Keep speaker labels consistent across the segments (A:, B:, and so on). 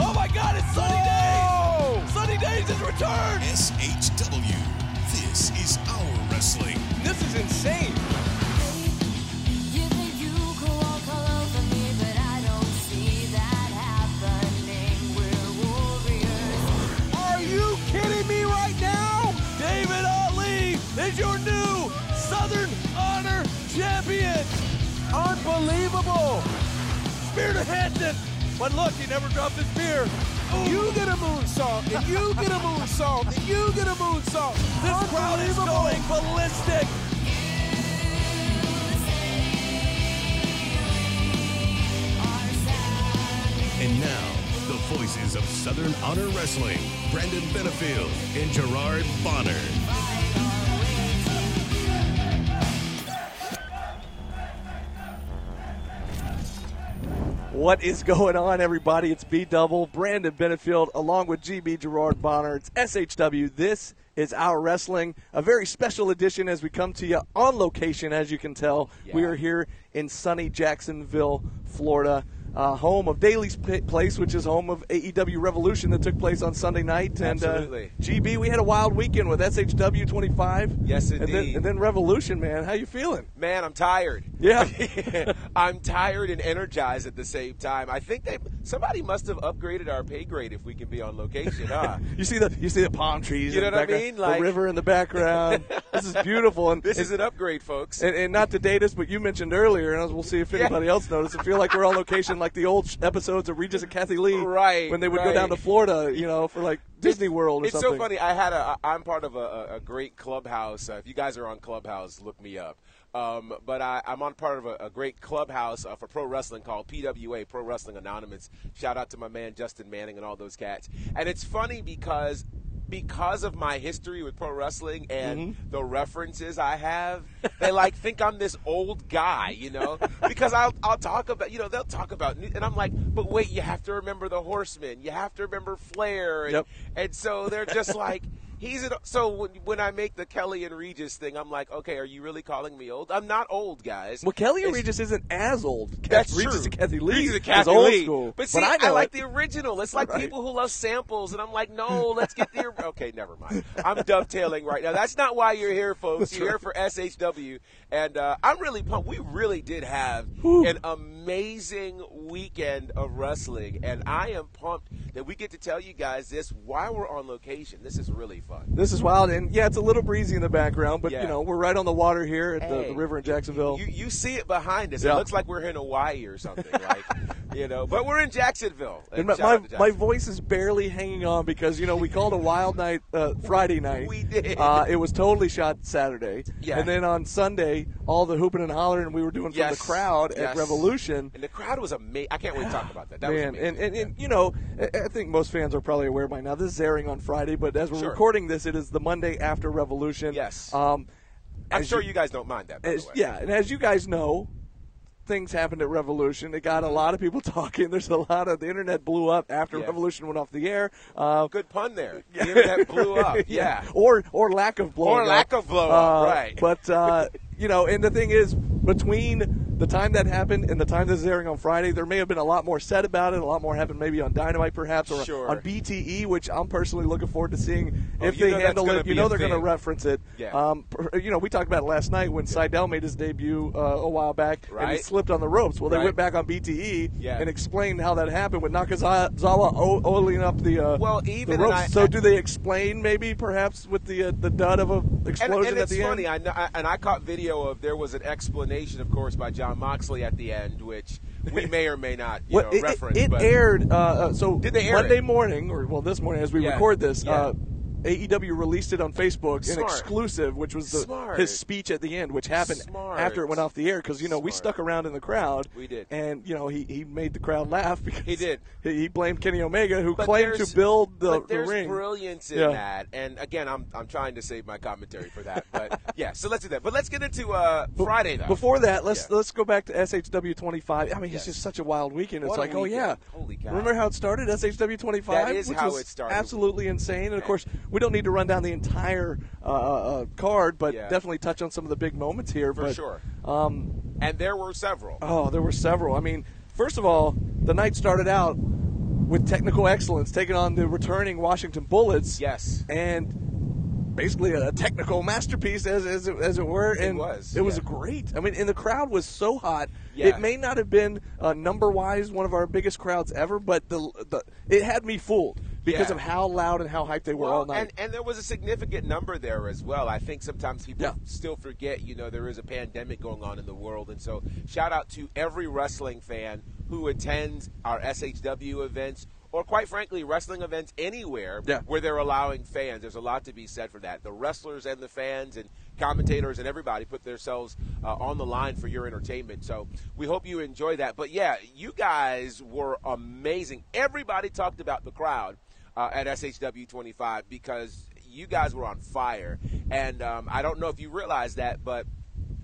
A: Oh my God, it's Sunny
B: Oh!
A: Days! Sunny Days is returned!
C: SHW. This is our wrestling.
A: This is insane.
D: You think you could walk all over me, but I don't see that happening. We're warriors.
A: Are you kidding me right now? David Ali is your new Southern Honor Champion. Unbelievable. Spear to Henson. But look, he never dropped his spear. Ooh.
B: You get a moonsault, and you get a moonsault, and you get a moonsault.
A: this crowd is going ballistic.
C: And now, the voices of Southern Honor Wrestling, Brandon Benefield and Gerard Bonner.
A: What is going on, everybody? It's B Double, Brandon Benefield, along with GB Gerard Bonner. It's SHW. This is Our Wrestling, a very special edition as we come to you on location, as you can tell. We are here in sunny Jacksonville, Florida, uh, home of Daly's P- Place, which is home of AEW Revolution that took place on Sunday night. And
B: Absolutely.
A: Uh, GB, we had a wild weekend with SHW 25.
B: Yes,
A: And then,
B: indeed.
A: and then Revolution, man. How you feeling?
B: Man, I'm tired.
A: Yeah.
B: I'm tired and energized at the same time. I think they somebody must have upgraded our pay grade if we can be on location, huh?
A: You see the you see the palm trees,
B: You
A: in
B: know
A: the
B: what I
A: background,
B: mean? Like-
A: the river in the background. this is beautiful, and
B: This
A: and,
B: is an upgrade, folks.
A: and, and not to date us, but you mentioned earlier, and we'll see if
B: Yeah.
A: anybody else noticed. I feel like we're on location, like the old sh- episodes of Regis and Kathy Lee,
B: Right,
A: When they would go
B: right.
A: down to Florida, you know, for like Disney World or
B: it's
A: something.
B: so funny. I had a. I- I'm part of a, a, a great clubhouse. Uh, if you guys are on Clubhouse, look me up. Um, but I, I'm on part of a, a great clubhouse uh, for pro wrestling called PWA, Pro Wrestling Anonymous. Shout out to my man Justin Manning and all those cats. And it's funny because because of my history with pro wrestling and
A: Mm-hmm.
B: the references I have, they like think I'm this old guy, you know? Because I'll, I'll talk about, you know, they'll talk about, new- and I'm like, but wait, you have to remember the Horsemen, you have to remember Flair, and,
A: Yep.
B: and so they're just like, he's an, so when, when I make the Kelly and Regis thing, I'm like, okay, are you really calling me old? I'm not old, guys.
A: Well, Kelly and
B: It's-
A: Regis isn't as old. Kath-
B: that's
A: Regis
B: true.
A: and Kathy Lee
B: Regis and
A: is
B: Kathy
A: old
B: Lee.
A: school,
B: But see,
A: I,
B: I,
A: know
B: like
A: it.
B: the original. It's like
A: Right.
B: people who love samples, and I'm like, no, let's get the. okay, never mind. I'm dovetailing right now. That's not why you're here, folks. you're here for SHW, and uh, I'm really pumped. We really did have an amazing weekend of wrestling, and I am pumped that we get to tell you guys this while we're on location. This is really fun.
A: This is wild, and yeah, it's a little breezy in the background, but
B: Yeah.
A: you know, we're right on the water here at the,
B: Hey.
A: the river in Jacksonville.
B: You, you see it behind us.
A: Yeah.
B: It looks like we're in Hawaii or something, like you know. But we're in Jacksonville.
A: And
B: Shout
A: my,
B: out to
A: my, my
B: Jacksonville.
A: voice is barely hanging on because you know we called a wild night uh, Friday night.
B: We did.
A: Uh, it was totally shot Saturday.
B: Yeah.
A: And then on Sunday, all the hooping and hollering we were doing from
B: Yes.
A: the crowd
B: Yes.
A: at Revolution.
B: And the crowd was amazing. I can't wait to talk about that. That was
A: Man,
B: amazing.
A: and, and, and you know, I I think most fans are probably aware by now. This is airing on Friday, but as we're
B: Sure.
A: recording this, it is the Monday after Revolution.
B: Yes.
A: Um,
B: I'm
A: as
B: sure you, guys don't mind that. By
A: as-
B: the way.
A: yeah, and as you guys know, things happened at Revolution. It
B: Mm-hmm.
A: got a lot of people talking. There's a lot of the internet blew up after
B: Yeah.
A: Revolution went off the air. Uh,
B: Good pun there. The internet blew up. Yeah.
A: Or or lack of blowing
B: Or
A: up.
B: lack of blow up,
A: Uh,
B: right.
A: But uh, you know, and the thing is, between the time that happened and the time this is airing on Friday, there may have been a lot more said about it. A lot more happened maybe on Dynamite, perhaps, or
B: Sure.
A: on BTE, which I'm personally looking forward to seeing
B: Oh,
A: if
B: you
A: they
B: know that's
A: handle
B: gonna
A: it. You
B: be
A: know
B: a
A: they're going to
B: thing.
A: reference it.
B: Yeah.
A: Um, per- you know, we talked about it last night when Seidel made his debut uh, a while back and he
B: Right.
A: slipped on the ropes. Well, they
B: Right.
A: went back on BTE
B: Yeah.
A: and explained how that happened with Nakazawa o- oiling up the uh,
B: Well,
A: the
B: even- and
A: ropes.
B: I-
A: so do they explain maybe perhaps with the uh, the dud of a
B: And,
A: explosion
B: and
A: at
B: it's
A: the
B: funny,
A: end?
B: I know, I, and I caught video of there was an explanation, of course, by John Moxley at the end, which we may or may not you
A: Well,
B: know,
A: it, it-
B: reference.
A: it
B: but
A: aired. Uh, uh, so
B: Did they air
A: Monday
B: it?
A: morning, or well, this morning as we
B: Yeah.
A: record this,
B: Yeah.
A: uh, AEW released it on Facebook in
B: Smart.
A: exclusive, which was the,
B: Smart.
A: his speech at the end, which happened
B: Smart.
A: after it went off the air because you know we
B: Smart.
A: stuck around in the crowd.
B: We did.
A: and you know he, he made the crowd laugh because
B: He did.
A: He, he blamed Kenny Omega, who
B: But
A: claimed to
B: there's-
A: build the,
B: but
A: the
B: there's
A: ring.
B: brilliance in
A: Yeah.
B: that. And again, I'm I'm trying to save my commentary for that. But yeah, so let's do that. But let's get into uh, Friday though.
A: Before that, let's
B: Yeah.
A: let's go back to SHW 25. I mean,
B: Yes.
A: it's just such a wild weekend. It's
B: What a
A: like, oh
B: weekend.
A: yeah,
B: Holy cow.
A: Remember how it started? SHW 25.
B: That is
A: which
B: how
A: was
B: it started.
A: Absolutely insane. And of course, we don't need to run down the entire uh, uh, card, but
B: Yeah.
A: definitely touch on some of the big moments here.
B: For
A: but,
B: sure.
A: Um,
B: and there were several.
A: Oh, there were several. I mean, first of all, the night started out with technical excellence, taking on the returning Washington Bullets.
B: Yes.
A: And basically a technical masterpiece, as, as, it, as it were.
B: It
A: and
B: was,
A: It was
B: yeah.
A: great. I mean, and the crowd was so hot.
B: Yeah.
A: It may not have been uh, number wise one of our biggest crowds ever, but the, the it had me fooled because
B: Yeah.
A: of how loud and how hyped they were all night.
B: And, and there was a significant number there as well. I think sometimes people
A: Yeah.
B: still forget, you know, there is a pandemic going on in the world. And so, shout out to every wrestling fan who attends our SHW events or, quite frankly, wrestling events anywhere
A: Yeah.
B: where they're allowing fans. There's a lot to be said for that. The wrestlers and the fans and commentators and everybody put themselves uh, on the line for your entertainment. So we hope you enjoy that. But yeah, you guys were amazing. Everybody talked about the crowd uh, at SHW 25 because you guys were on fire. And um, I don't know if you realize that, but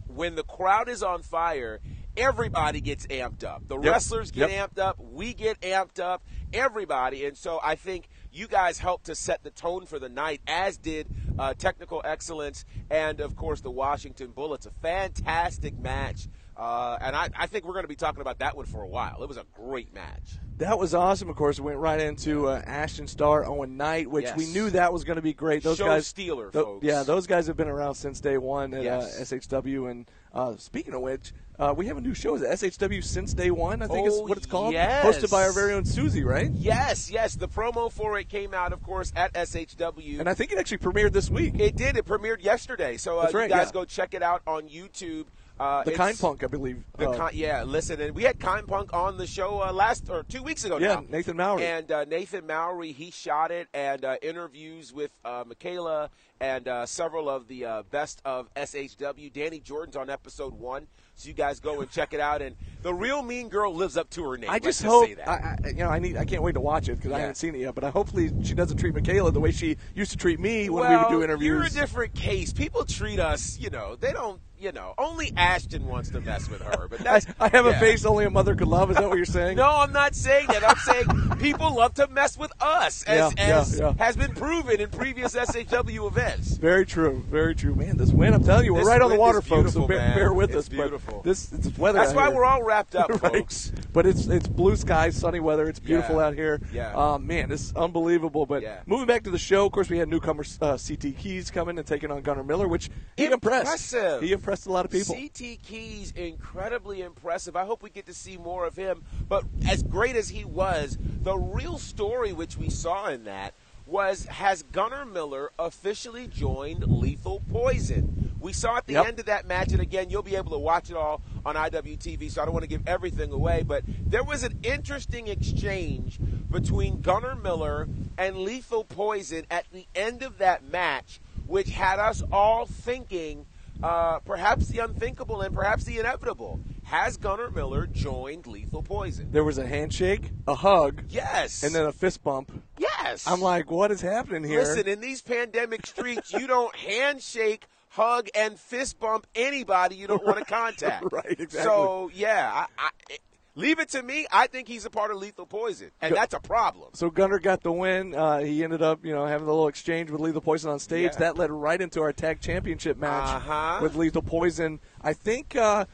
B: when the crowd is on fire, everybody gets amped up. The wrestlers get
A: Yep.
B: amped up, we get amped up, everybody. And so I think you guys helped to set the tone for the night, as did uh, Technical Excellence and, of course, the Washington Bullets. A fantastic match. Uh, and I, I think we're going to be talking about that one for a while. It was a great match.
A: That was awesome. Of course, it went right into uh, Ashton Starr, Owen Knight, which we
B: Yes.
A: knew that was going to be great. Those
B: Show
A: guys,
B: stealer, folks.
A: Yeah, those guys have been around since day one at
B: Yes.
A: uh, SHW. And uh, speaking of which, uh, we have a new show. Is it SHW since day one? I think is
B: Oh,
A: what it's called.
B: yes.
A: Hosted by our very own Susie, right?
B: Yes, yes. The promo for it came out, of course, at SHW.
A: And I think it actually premiered this week.
B: It did. It premiered yesterday. So uh,
A: That's right,
B: you guys
A: yeah.
B: go check it out on YouTube. Uh,
A: the
B: it's-
A: Kind Punk, I believe.
B: The
A: uh,
B: Con- yeah, listen, and we had Kind Punk on the show uh, last or two weeks ago.
A: Yeah,
B: now.
A: Nathan Mowry.
B: and uh, Nathan Mowry he shot it and uh, interviews with uh, Michaela and uh, several of the uh, best of SHW. Danny Jordan's on episode one, so you guys go and check it out. And the real mean girl lives up to her name.
A: I
B: Let's
A: just hope
B: say that.
A: I, I, you know I need I can't wait to watch it because I
B: Yeah.
A: haven't seen it yet. But I hopefully she doesn't treat Michaela the way she used to treat me when we
B: well,
A: would do interviews.
B: You're a different case. People treat us, you know, they don't, you know, only Ashton wants to mess with her. But
A: I,
B: that's
A: I have a
B: yeah.
A: face only a mother could love. Is that what you're saying?
B: No, I'm not saying that. I'm saying people love to mess with us, as,
A: Yeah, yeah,
B: as
A: yeah.
B: has been proven in previous SHW events.
A: Very true. Very true, man. This wind, I'm telling you, we're
B: This
A: right on the
B: wind
A: water,
B: is
A: folks. So
B: beautiful,
A: bear,
B: man.
A: bear with
B: It's
A: us. but
B: beautiful.
A: this it's weather.
B: That's
A: out
B: why
A: here.
B: we're all wrapped up,
A: Right.
B: folks.
A: But it's it's blue skies, sunny weather. It's beautiful
B: Yeah.
A: out here.
B: Yeah.
A: Uh, man, this is unbelievable. But
B: Yeah.
A: moving back to the show, of course, we had newcomer uh, CT Keys coming and taking on Gunnar Miller, which he
B: Impressive.
A: impressed. He impressed a lot of people.
B: CT Keys, incredibly impressive. I hope we get to see more of him. But as great as he was, the real story which we saw in that was has Gunnar Miller officially joined Lethal Poison? We saw at the
A: Yep.
B: end of that match, and again, you'll be able to watch it all on IWTV, so I don't want to give everything away, but there was an interesting exchange between Gunnar Miller and Lethal Poison at the end of that match, which had us all thinking uh, perhaps the unthinkable and perhaps the inevitable. Has Gunnar Miller joined Lethal Poison?
A: There was a handshake, a hug,
B: Yes.
A: and then a fist bump.
B: yes.
A: I'm like, what is happening here?
B: listen, in these pandemic streets, you don't handshake, hug, and fist bump anybody you don't want to contact.
A: Right, exactly.
B: So yeah, I, I, it- leave it to me. I think he's a part of Lethal Poison, and that's a problem.
A: So Gunner got the win. Uh, he ended up, you know, having a little exchange with Lethal Poison on stage.
B: Yeah.
A: That led right into our tag championship match
B: Uh-huh.
A: with Lethal Poison. I think uh,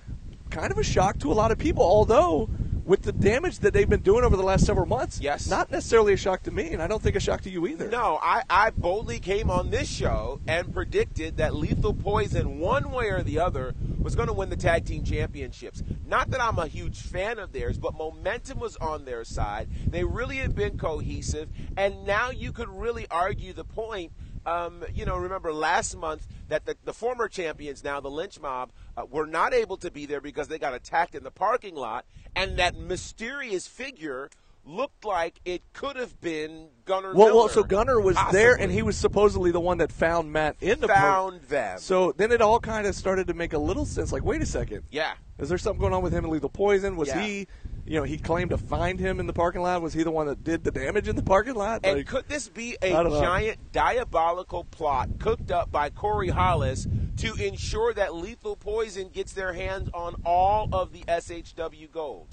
A: kind of a shock to a lot of people, although with the damage that they've been doing over the last several months,
B: Yes.
A: not necessarily a shock to me, and I don't think a shock to you either.
B: No, I, I boldly came on this show and predicted that Lethal Poison, one way or the other, was going to win the tag team championships. Not that I'm a huge fan of theirs, but momentum was on their side. They really had been cohesive, and now you could really argue the point. Um, you know, remember last month that the, the former champions, now the Lynch Mob, uh, were not able to be there because they got attacked in the parking lot, and that mysterious figure looked like it could have been Gunnar
A: Well, well,
B: Miller,
A: so Gunner was there, and
B: possibly.
A: he was supposedly the one that found Matt in the park.
B: found them.
A: So then it all kind of started to make a little sense. Like, wait a second.
B: yeah,
A: Is there something going on with him and Lethal Poison? Was
B: Yeah.
A: he, you know, he claimed to find him in the parking lot. Was he the one that did the damage in the parking lot?
B: and
A: Like,
B: could this be
A: I
B: a
A: don't know.
B: giant diabolical plot cooked up by Corey Hollis to ensure that Lethal Poison gets their hands on all of the SHW gold?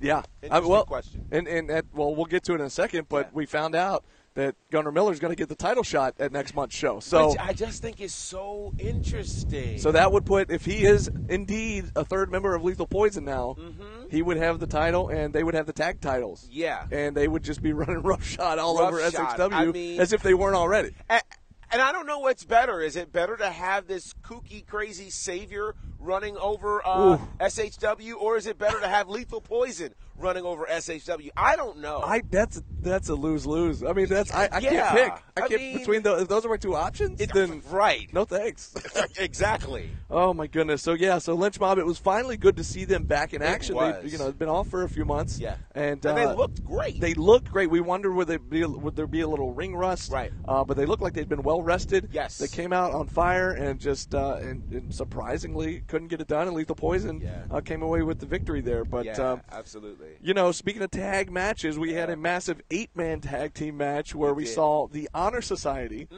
A: yeah. Uh,
B: Interesting
A: well,
B: question.
A: And and that, well, we'll get to it in a second. But
B: Yeah.
A: we found out that Gunnar Miller's going to get the title shot at next month's show. So
B: Which I just think is so interesting.
A: So that would put, if he is indeed a third member of Lethal Poison now, he would have the title and they would have the tag titles.
B: Mm-hmm. Yeah.
A: And they would just be running roughshod all over
B: Roughshod.
A: SXW
B: I mean-
A: as if they weren't already.
B: A- and I don't know what's better. Is it better to have this kooky, crazy savior running over uh,
A: Oof.
B: SHW, or is it better to have Lethal Poison running over SHW? I don't know.
A: I that's that's a lose lose. I mean that's I, I
B: Yeah.
A: can't pick. I,
B: I
A: can't
B: mean-
A: between those. If those are my two options,
B: It's
A: then
B: right.
A: no thanks.
B: exactly.
A: oh my goodness. So yeah. So Lynch Mob. It was finally good to see them back in action. They
B: was.
A: you know had been off for a few months.
B: Yeah.
A: And,
B: And they
A: uh,
B: looked great.
A: They looked great. We wondered would they be would there be a little ring rust?
B: Right.
A: Uh, but they looked like they'd been well rested.
B: Yes.
A: They came out on fire and just uh, and, and surprisingly couldn't get it done. And Lethal Poison
B: Yeah.
A: uh, came away with the victory there. But
B: yeah,
A: um,
B: absolutely.
A: you know, speaking of tag matches, we had a massive eight-man tag team match where we
B: did. Mm-hmm.
A: saw the Honor Society,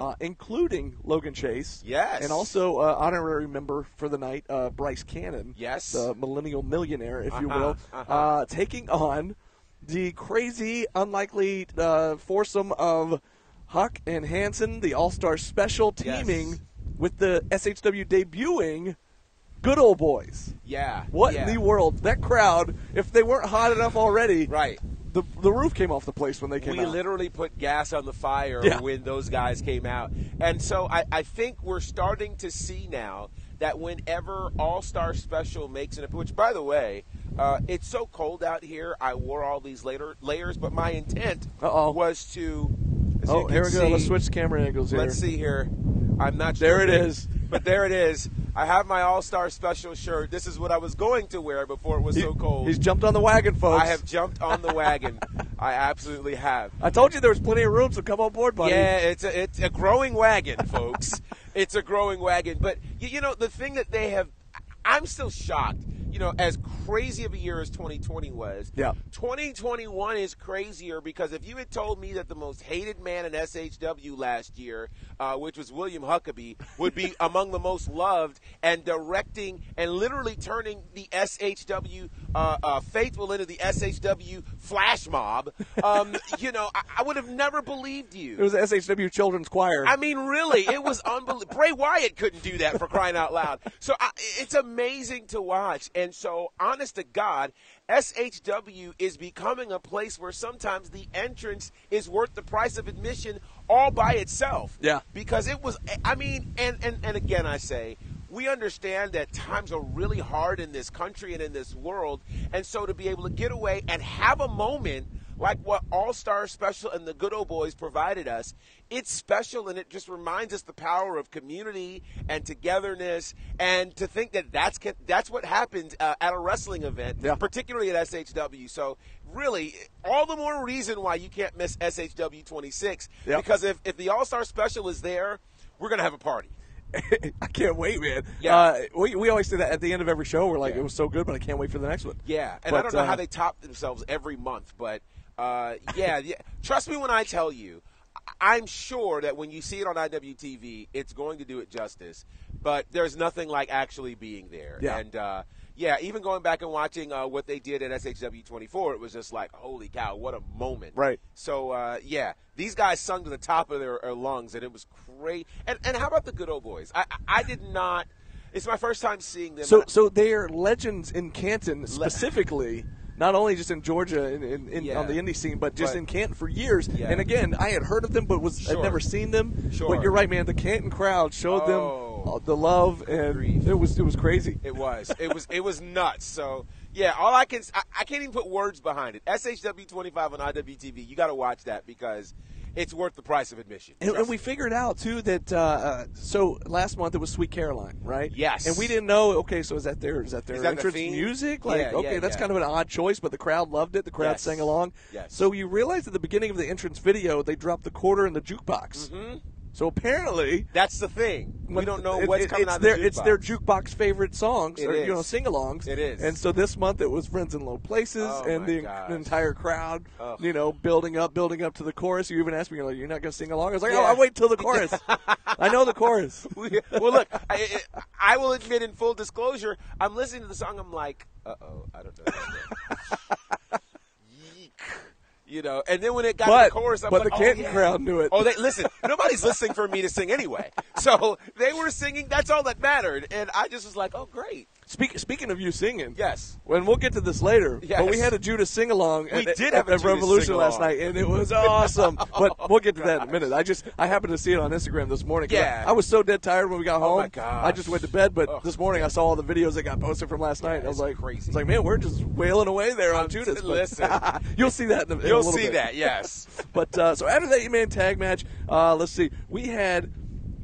A: uh, including Logan Chase,
B: Yes.
A: and also uh, honorary member for the night, uh, Bryce Cannon,
B: Yes.
A: the millennial millionaire, if you
B: Uh-huh,
A: will,
B: uh-huh.
A: uh, taking on the crazy, unlikely uh, foursome of Huck and Hanson, the All-Star Special,
B: Yes.
A: teaming with the SHW debuting Good Old Boys.
B: Yeah.
A: What
B: yeah.
A: in the world? That crowd, if they weren't hot enough already,
B: Right.
A: The, the roof came off the place when they came
B: we
A: out.
B: literally put gas on the fire
A: Yeah.
B: when those guys came out. And so I, I think we're starting to see now that whenever All Star Special makes an appearance, which, by the way, uh, it's so cold out here, I wore all these later layers, but my intent
A: Uh-oh.
B: was to. as you
A: oh,
B: can
A: here we go.
B: see-
A: Let's switch camera angles here.
B: Let's see here. I'm not
A: There it
B: stupid,
A: is.
B: But there it is. I have my All Star Special shirt. This is what I was going to wear before it was
A: He-
B: so cold.
A: He's jumped on the wagon, folks.
B: I have jumped on the wagon. I absolutely have.
A: I told you there was plenty of room, so come on board, buddy.
B: Yeah, it's a, it's a growing wagon, folks. it's a growing wagon. But, you, you know, the thing that they have, I'm still shocked. You know, as crazy of a year as 2020 was,
A: Yeah.
B: 2021 is crazier because if you had told me that the most hated man in SHW last year, uh, which was William Huckabee, would be among the most loved and directing and literally turning the SHW uh, uh, faithful into the SHW flash mob, um, you know, I, I would have never believed you.
A: It was the SHW Children's Choir.
B: I mean, really, it was unbelievable. Bray Wyatt couldn't do that for crying out loud. So I, it's amazing to watch. And so, honest to God, SHW is becoming a place where sometimes the entrance is worth the price of admission all by itself.
A: Yeah.
B: Because it was, I mean, and, and, and again, I say, we understand that times are really hard in this country and in this world. And so to be able to get away and have a moment like what All Star Special and the Good Old Boys provided us, it's special and it just reminds us the power of community and togetherness. And to think that that's, that's what happens uh, at a wrestling event,
A: Yeah.
B: particularly at SHW. So really, all the more reason why you can't miss SHW 26
A: Yep.
B: because if, if the All Star Special is there, we're gonna have a party.
A: I can't wait, man.
B: Yeah.
A: Uh, we, we always say that at the end of every show. We're like,
B: Yeah.
A: it was so good, but I can't wait for the next one.
B: Yeah, and I
A: But,
B: don't know
A: uh,
B: how they top themselves every month, but uh, yeah, yeah, trust me when I tell you, I- I'm sure that when you see it on IWTV, it's going to do it justice. But there's nothing like actually being there.
A: Yeah.
B: And uh, yeah, even going back and watching uh, what they did at SHW 24, it was just like, holy cow, what a moment!
A: Right.
B: So uh, yeah, these guys sung to the top of their, their lungs, and it was great. And and how about the good old boys? I I, I did not. It's my first time seeing them.
A: So, so they're legends in Canton specifically. Not only just in Georgia in, in, in,
B: Yeah.
A: on the indie scene, but just
B: But-
A: in Canton for years.
B: Yeah.
A: And again, I had heard of them, but was
B: Sure.
A: I'd never seen them.
B: Sure.
A: But you're right, man. The Canton crowd showed them
B: Oh.
A: uh, the love, and
B: Grief.
A: it was it was crazy.
B: It was. It was. It was nuts. So yeah, all I can I, I can't even put words behind it. SHW twenty five on IWTV. You got to watch that because it's worth the price of admission.
A: And, and
B: Trust
A: we
B: me.
A: figured out too that uh, uh, so last month it was Sweet Caroline, right?
B: Yes.
A: And we didn't know. Okay, so is that their is that their
B: Is that the
A: entrance
B: theme?
A: music? Like,
B: Yeah, yeah,
A: okay, that's
B: yeah.
A: kind of an odd choice, but the crowd loved it. The crowd
B: Yes.
A: sang along.
B: Yes.
A: So you realize at the beginning of the entrance video they dropped the quarter in the jukebox. Mm-hmm. So apparently.
B: that's the thing. We
A: when-
B: don't know
A: it-
B: what's
A: it-
B: coming
A: it's
B: out of
A: their,
B: the
A: It's their
B: jukebox.
A: jukebox favorite songs,
B: It
A: or you know,
B: is.
A: sing-alongs.
B: It is.
A: And so this month it was Friends in Low Places,
B: Oh,
A: and
B: my
A: the,
B: gosh.
A: the entire crowd,
B: Ugh.
A: you know, building up, building up to the chorus. You even asked me, you're like, "You're not going to sing along?" I was like, "Oh,
B: Yeah.
A: I wait till the chorus. I know the chorus."
B: well, look, I, I I will admit in full disclosure, I'm listening to the song. I'm like, uh oh, I don't know. Yeek. you know. And then when it got
A: But-
B: to the chorus, I'm
A: but
B: like,
A: the
B: oh,
A: Canton
B: yeah.
A: crowd knew it.
B: Oh, they listen. Nobody's listening for me to sing anyway, so they were singing. That's all that mattered, and I just was like, oh, great.
A: Speak, speaking of you singing,
B: Yes.
A: When we'll get to this later, but we
B: Yes.
A: had a Judas sing along.
B: We
A: at,
B: did
A: at,
B: have a
A: at
B: Judas
A: Revolution
B: sing-along. Oh,
A: last night, and it was awesome. but we'll get to that in a minute. I just I happened to see it on Instagram this morning. 'cause I-
B: Yeah. Oh,
A: I, was so dead tired when we got home.
B: my gosh.
A: I just went to bed, but
B: Ugh.
A: this morning I saw all the videos that got posted from last night. and I was
B: it's
A: like,
B: crazy.
A: It's like, man, we're just wailing away there on Judas. but-
B: listen.
A: you'll see that. In a, in a
B: You'll
A: little
B: see
A: bit.
B: that. Yes.
A: But uh, so after that eight man tag match, uh, let's see, we had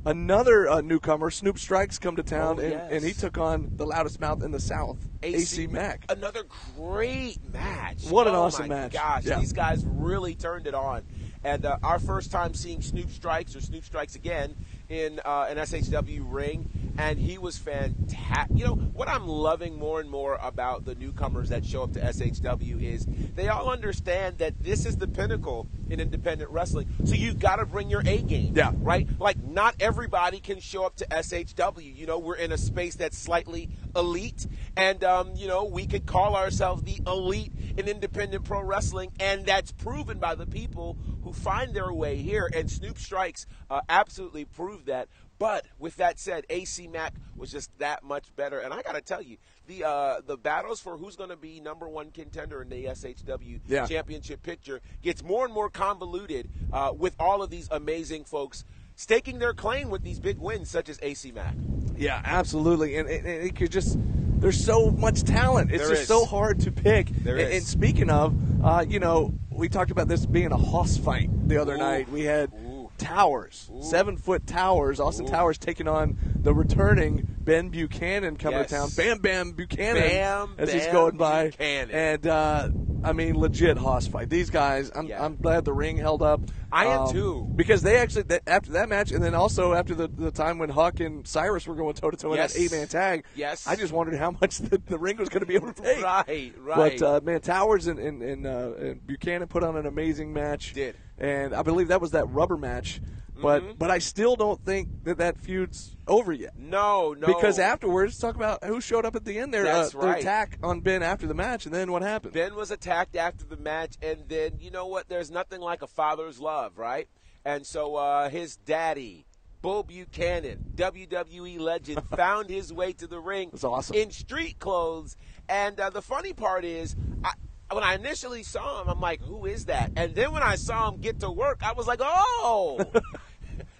A: another uh, newcomer, Snoop Strikes, come to town,
B: Oh,
A: and,
B: yes.
A: and he took on the loudest mouth in the South, AC, Mack.
B: Another great match.
A: What an
B: Oh
A: awesome
B: my
A: match.
B: Gosh,
A: Yeah.
B: these guys really turned it on. And uh, our first time seeing Snoop Strikes or Snoop Strikes again in uh, an SHW ring, and he was fantastic. You know what I'm loving more and more about the newcomers that show up to SHW is they all understand that this is the pinnacle in independent wrestling. So you got to bring your A game.
A: Yeah.
B: Right. Like not everybody can show up to SHW. You know we're in a space that's slightly elite, and um, you know we could call ourselves the elite in independent pro wrestling, and that's proven by the people who find their way here. And Snoop Strikes uh, absolutely proved that. But with that said, AC Mac was just that much better, and I got to tell you, the uh, the battles for who's going to be number one contender in the SHW
A: Yeah.
B: championship picture gets more and more convoluted uh, with all of these amazing folks staking their claim with these big wins, such as AC Mac.
A: Yeah, absolutely. And, and, and it could just there's so much talent. It's
B: There
A: just
B: is.
A: so hard to pick.
B: There
A: and,
B: is.
A: and speaking of, uh, you know, we talked about this being a hoss fight the other
B: Ooh.
A: night. We had
B: Ooh.
A: Towers, seven foot Towers, Austin Towers taking on the returning Ben Buchanan coming
B: Yes.
A: to town. Bam Bam Buchanan,
B: Bam
A: as he's
B: Bam
A: going by.
B: Buchanan.
A: And uh, I mean, legit hoss fight. These guys, I'm,
B: Yeah.
A: I'm glad the ring held up. Um,
B: I am too.
A: Because they actually, that- after that match, and then also after the, the time when Huck and Cyrus were going toe to toe in
B: Yes.
A: that eight man tag.
B: Yes.
A: I just wondered how much the, the ring was going to be able to take.
B: Right, right.
A: But uh, man, Towers and and, and, uh, and Buchanan put on an amazing match.
B: Did. Mm-hmm.
A: and I believe that was that rubber match. But but I still don't think that that feud's over yet.
B: No, no,
A: Because afterwards, talk about who showed up at the end there.
B: That's
A: uh, The
B: right.
A: attack on Ben after the match, and then what happened?
B: Ben was attacked after the match, and then you know what? There's nothing like a father's love, right? And so uh, his daddy, Bull Buchanan, WWE legend, found his way to the ring.
A: That's awesome.
B: In street clothes, and uh, the funny part is. I, when I initially saw him, I'm like, "Who is that?" And then when I saw him get to work, I was like, "Oh,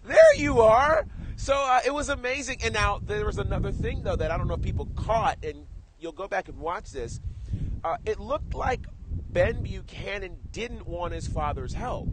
B: there you are!" So uh, it was amazing. And now there was another thing though that I don't know if people caught, and you'll go back and watch this. Uh, it looked like Ben Buchanan didn't want his father's help.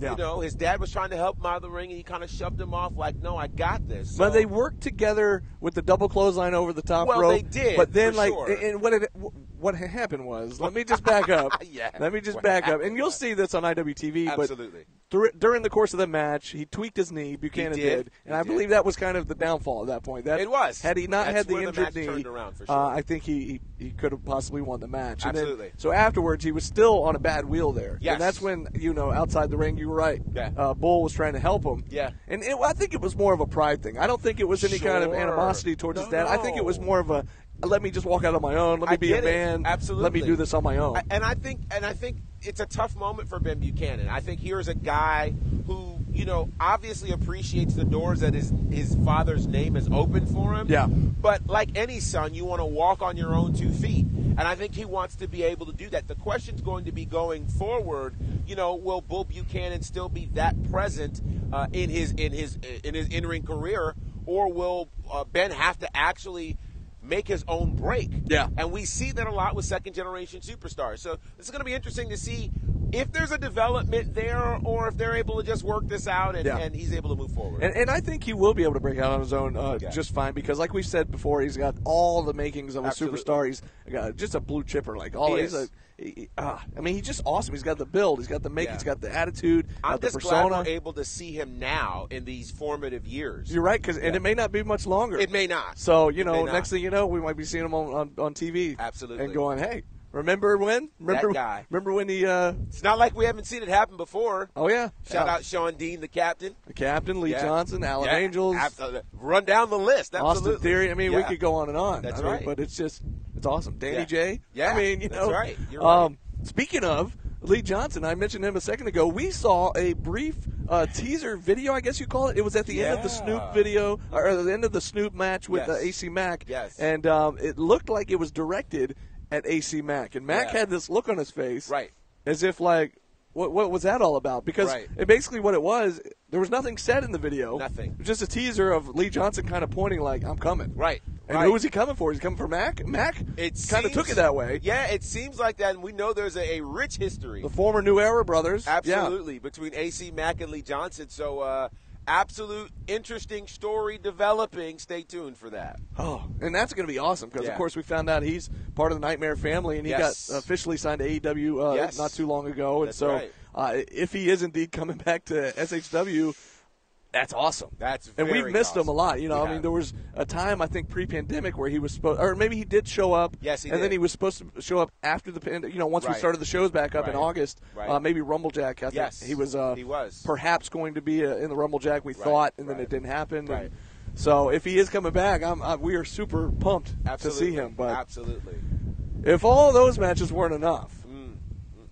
A: Yeah.
B: You know, his dad was trying to help him out of the ring, and he kind of shoved him off, like, "No, I got this."
A: But
B: So-
A: they worked together with the double clothesline over the top
B: Well,
A: rope.
B: they did,
A: But then,
B: for
A: like,
B: sure.
A: and what it, what had happened was, let me just back up.
B: Yeah.
A: Let me just
B: What
A: back up,
B: happened
A: and you'll
B: was-
A: see this on IWTV.
B: Absolutely.
A: But thur- during the course of the match, he tweaked his knee. Buchanan
B: He did.
A: and
B: He
A: I
B: did.
A: believe that was kind of the downfall at that point. That
B: It was.
A: Had he not
B: That's
A: had the
B: where the
A: injured
B: match
A: knee,
B: turned around, for
A: uh,
B: sure.
A: I think he, he, he could have possibly won the match. And then-
B: Absolutely.
A: so afterwards, he was still on a bad wheel there.
B: Yes.
A: And that's when you know outside the ring, you were right.
B: Yeah.
A: Uh, Bull was trying to help him.
B: Yeah.
A: And it, I think it was more of a pride thing. I don't think it was any kind of
B: Sure.
A: animosity towards his
B: No,
A: dad. I think it was
B: no.
A: more of a let me just walk out on my own. Let me
B: I
A: be a
B: get it.
A: man. Let me
B: Absolutely.
A: do this on my own.
B: I- and I think and I think it's a tough moment for Ben Buchanan. I think here's a guy who you know obviously appreciates the doors that his his father's name has opened for him.
A: Yeah.
B: But like any son, you want to walk on your own two feet, and I think he wants to be able to do that. The question's going to be going forward. You know, will Bull Buchanan still be that present uh, in his in his in his entering career, or will uh, Ben have to actually? Make his own break.
A: Yeah.
B: And we see that a lot with second generation superstars. So this is going to be interesting to see if there's a development there or if they're able to just work this out and,
A: Yeah.
B: and he's able to move forward.
A: and, and I think he will be able to break out on his own uh,
B: Yeah.
A: just fine because, like we said before, he's got all the makings of a
B: Absolutely.
A: superstar. He's got just a blue chipper. Like all
B: He
A: he's
B: is.
A: a, he- he- ah, I mean, he's just awesome. He's got the build. He's got the make.
B: Yeah.
A: He's got the attitude.
B: I'm
A: got the
B: just
A: persona.
B: glad we're able to see him now in these formative years.
A: You're right, 'cause- and it may not be much longer.
B: It may not.
A: So you
B: It
A: know,
B: may not.
A: next thing you know, we might be seeing him on, on, on TV,
B: Absolutely.
A: and going, "Hey, remember when? Remember
B: guy.
A: Remember when the? Uh,
B: It's not like we haven't seen it happen before.
A: oh yeah,
B: Shout
A: Yeah.
B: out Sean Dean, the captain.
A: the captain, Lee
B: Yeah.
A: Johnson, Alan
B: Yeah,
A: Angels,
B: absolutely. Run down the list. Absolutely.
A: Austin Theory. I mean, we
B: Yeah.
A: could go on and on.
B: That's
A: I mean,
B: right.
A: But it's just, it's awesome. Danny
B: Yeah.
A: J. I
B: Yeah,
A: mean, you
B: that's
A: know,
B: right. You're
A: um, Speaking of, Lee Johnson, I mentioned him a second ago. We saw a brief uh, teaser video, I guess you call it. It was at the end of the Snoop
B: Yeah.
A: video, or the end of the Snoop match with
B: Yes.
A: uh, AC Mack.
B: Yes.
A: And um, it looked like it was directed at AC Mack. And Mack
B: Yeah.
A: had this look on his face.
B: Right.
A: As if, like, what, what was that all about? Because
B: Right.
A: it basically what it was, there was nothing said in the video.
B: Nothing.
A: It was just a teaser of Lee Johnson kind of pointing, like, I'm coming.
B: Right,
A: And
B: right.
A: who was he coming for? He's coming for Mack? Mack
B: It
A: kind of
B: seems-
A: took it that way.
B: Yeah, it seems like that, and we know there's a, a rich history.
A: The former New Era brothers. Yeah.
B: Absolutely, between AC Mack and Lee Johnson. So, uh, absolute interesting story developing. Stay tuned for that.
A: Oh, and that's going to be awesome because,
B: Yeah.
A: of course, we found out he's part of the Nightmare family, and he
B: Yes.
A: got officially signed to AEW uh,
B: Yes.
A: not too long ago. And
B: That's
A: so,
B: right.
A: uh, if he is indeed coming back to SHW, that's awesome.
B: That's
A: and we've
B: very
A: missed him a
B: awesome.
A: lot. You know,
B: We
A: I mean,
B: have.
A: there was a time I think pre-pandemic where he was supposed, or maybe he did show up.
B: Yes, he
A: and then
B: did.
A: he was supposed to show up after the pandemic. You know, once we
B: Right.
A: started the shows back up in
B: Right.
A: August,
B: Right.
A: uh, maybe Rumblejack. I think
B: Yes.
A: he was. Uh,
B: He was.
A: perhaps going to be uh, in the Rumblejack. We
B: Right.
A: thought, and then
B: Right.
A: it didn't happen. and-
B: Right.
A: so if he is coming back, I'm, I, we are super pumped
B: Absolutely.
A: to see him. But
B: absolutely.
A: if all those matches weren't enough,
B: Mm.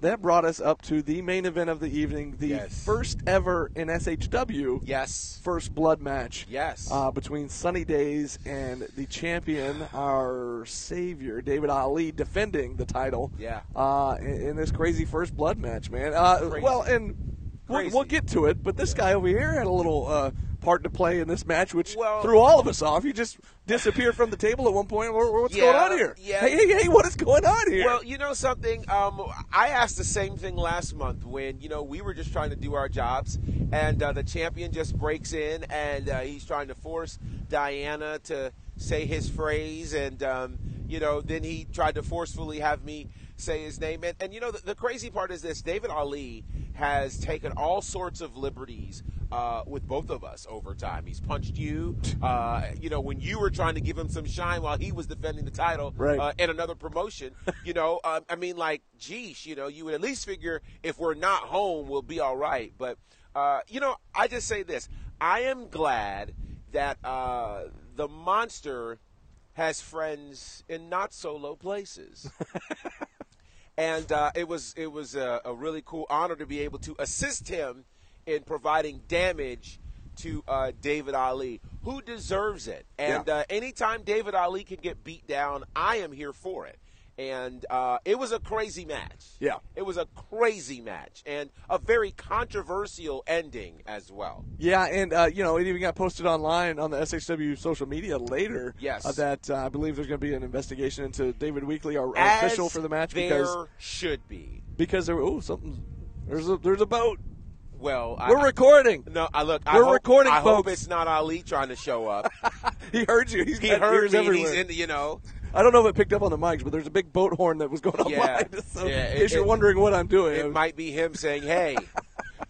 A: that brought us up to the main event of the evening, the
B: Yes.
A: first ever in SHW
B: Yes.
A: first blood match.
B: Yes.
A: Uh, between Sunny Days and the champion, our savior, David Ali, defending the title.
B: Yeah.
A: Uh, in, in this crazy first blood match, man. Uh,
B: Crazy.
A: well, and we'll,
B: Crazy.
A: we'll get to it, but this guy over here had a little uh, part to play in this match, which
B: Well-
A: threw all of us off. He just disappeared from the table at one point. What- What's
B: Yeah,
A: going on here?
B: yeah.
A: Hey, hey, hey, what is going on here?
B: Well, you know something. Um, I asked the same thing last month when you know we were just trying to do our jobs, and uh, the champion just breaks in and uh, he's trying to force Diana to say his phrase, and um, you know then he tried to forcefully have me say his name. And, and you know the, the crazy part is this: David Ali has taken all sorts of liberties uh, with both of us over time. He's punched you, uh, you know, when you were trying to give him some shine while he was defending the title
A: Right.
B: uh, and another promotion. You know, um, I mean, like, geez, you know, you would at least figure if we're not home, we'll be all right. But, uh, you know, I just say this I am glad that uh, the monster has friends in not so low places. and uh, it was it was a, a really cool honor to be able to assist him in providing damage to uh, David Ali, who deserves it. And
A: Yeah.
B: uh, anytime David Ali can get beat down, I am here for it. And uh, it was a crazy match.
A: Yeah.
B: it was a crazy match and a very controversial ending as well.
A: Yeah, and uh, you know it even got posted online on the SHW social media later.
B: Yes.
A: uh, that uh, I believe there's going to be an investigation into David Weekly, our, our
B: As
A: official for the match,
B: there
A: because
B: should be.
A: because there oh something there's a there's a boat.
B: Well, I-
A: We're recording.
B: No, I look. I
A: We're
B: hope,
A: recording,
B: I hope
A: folks.
B: it's not Ali trying to show up.
A: He heard you. He's
B: he
A: got
B: heard
A: ears
B: me. and
A: everywhere.
B: He's in. You know.
A: I don't know if it picked up on the mics, but there's a big boat horn that was going on
B: Yeah,
A: behind us. So
B: yeah,
A: in
B: it-
A: case you're
B: it-
A: wondering what I'm doing,
B: it might be him saying, "Hey,"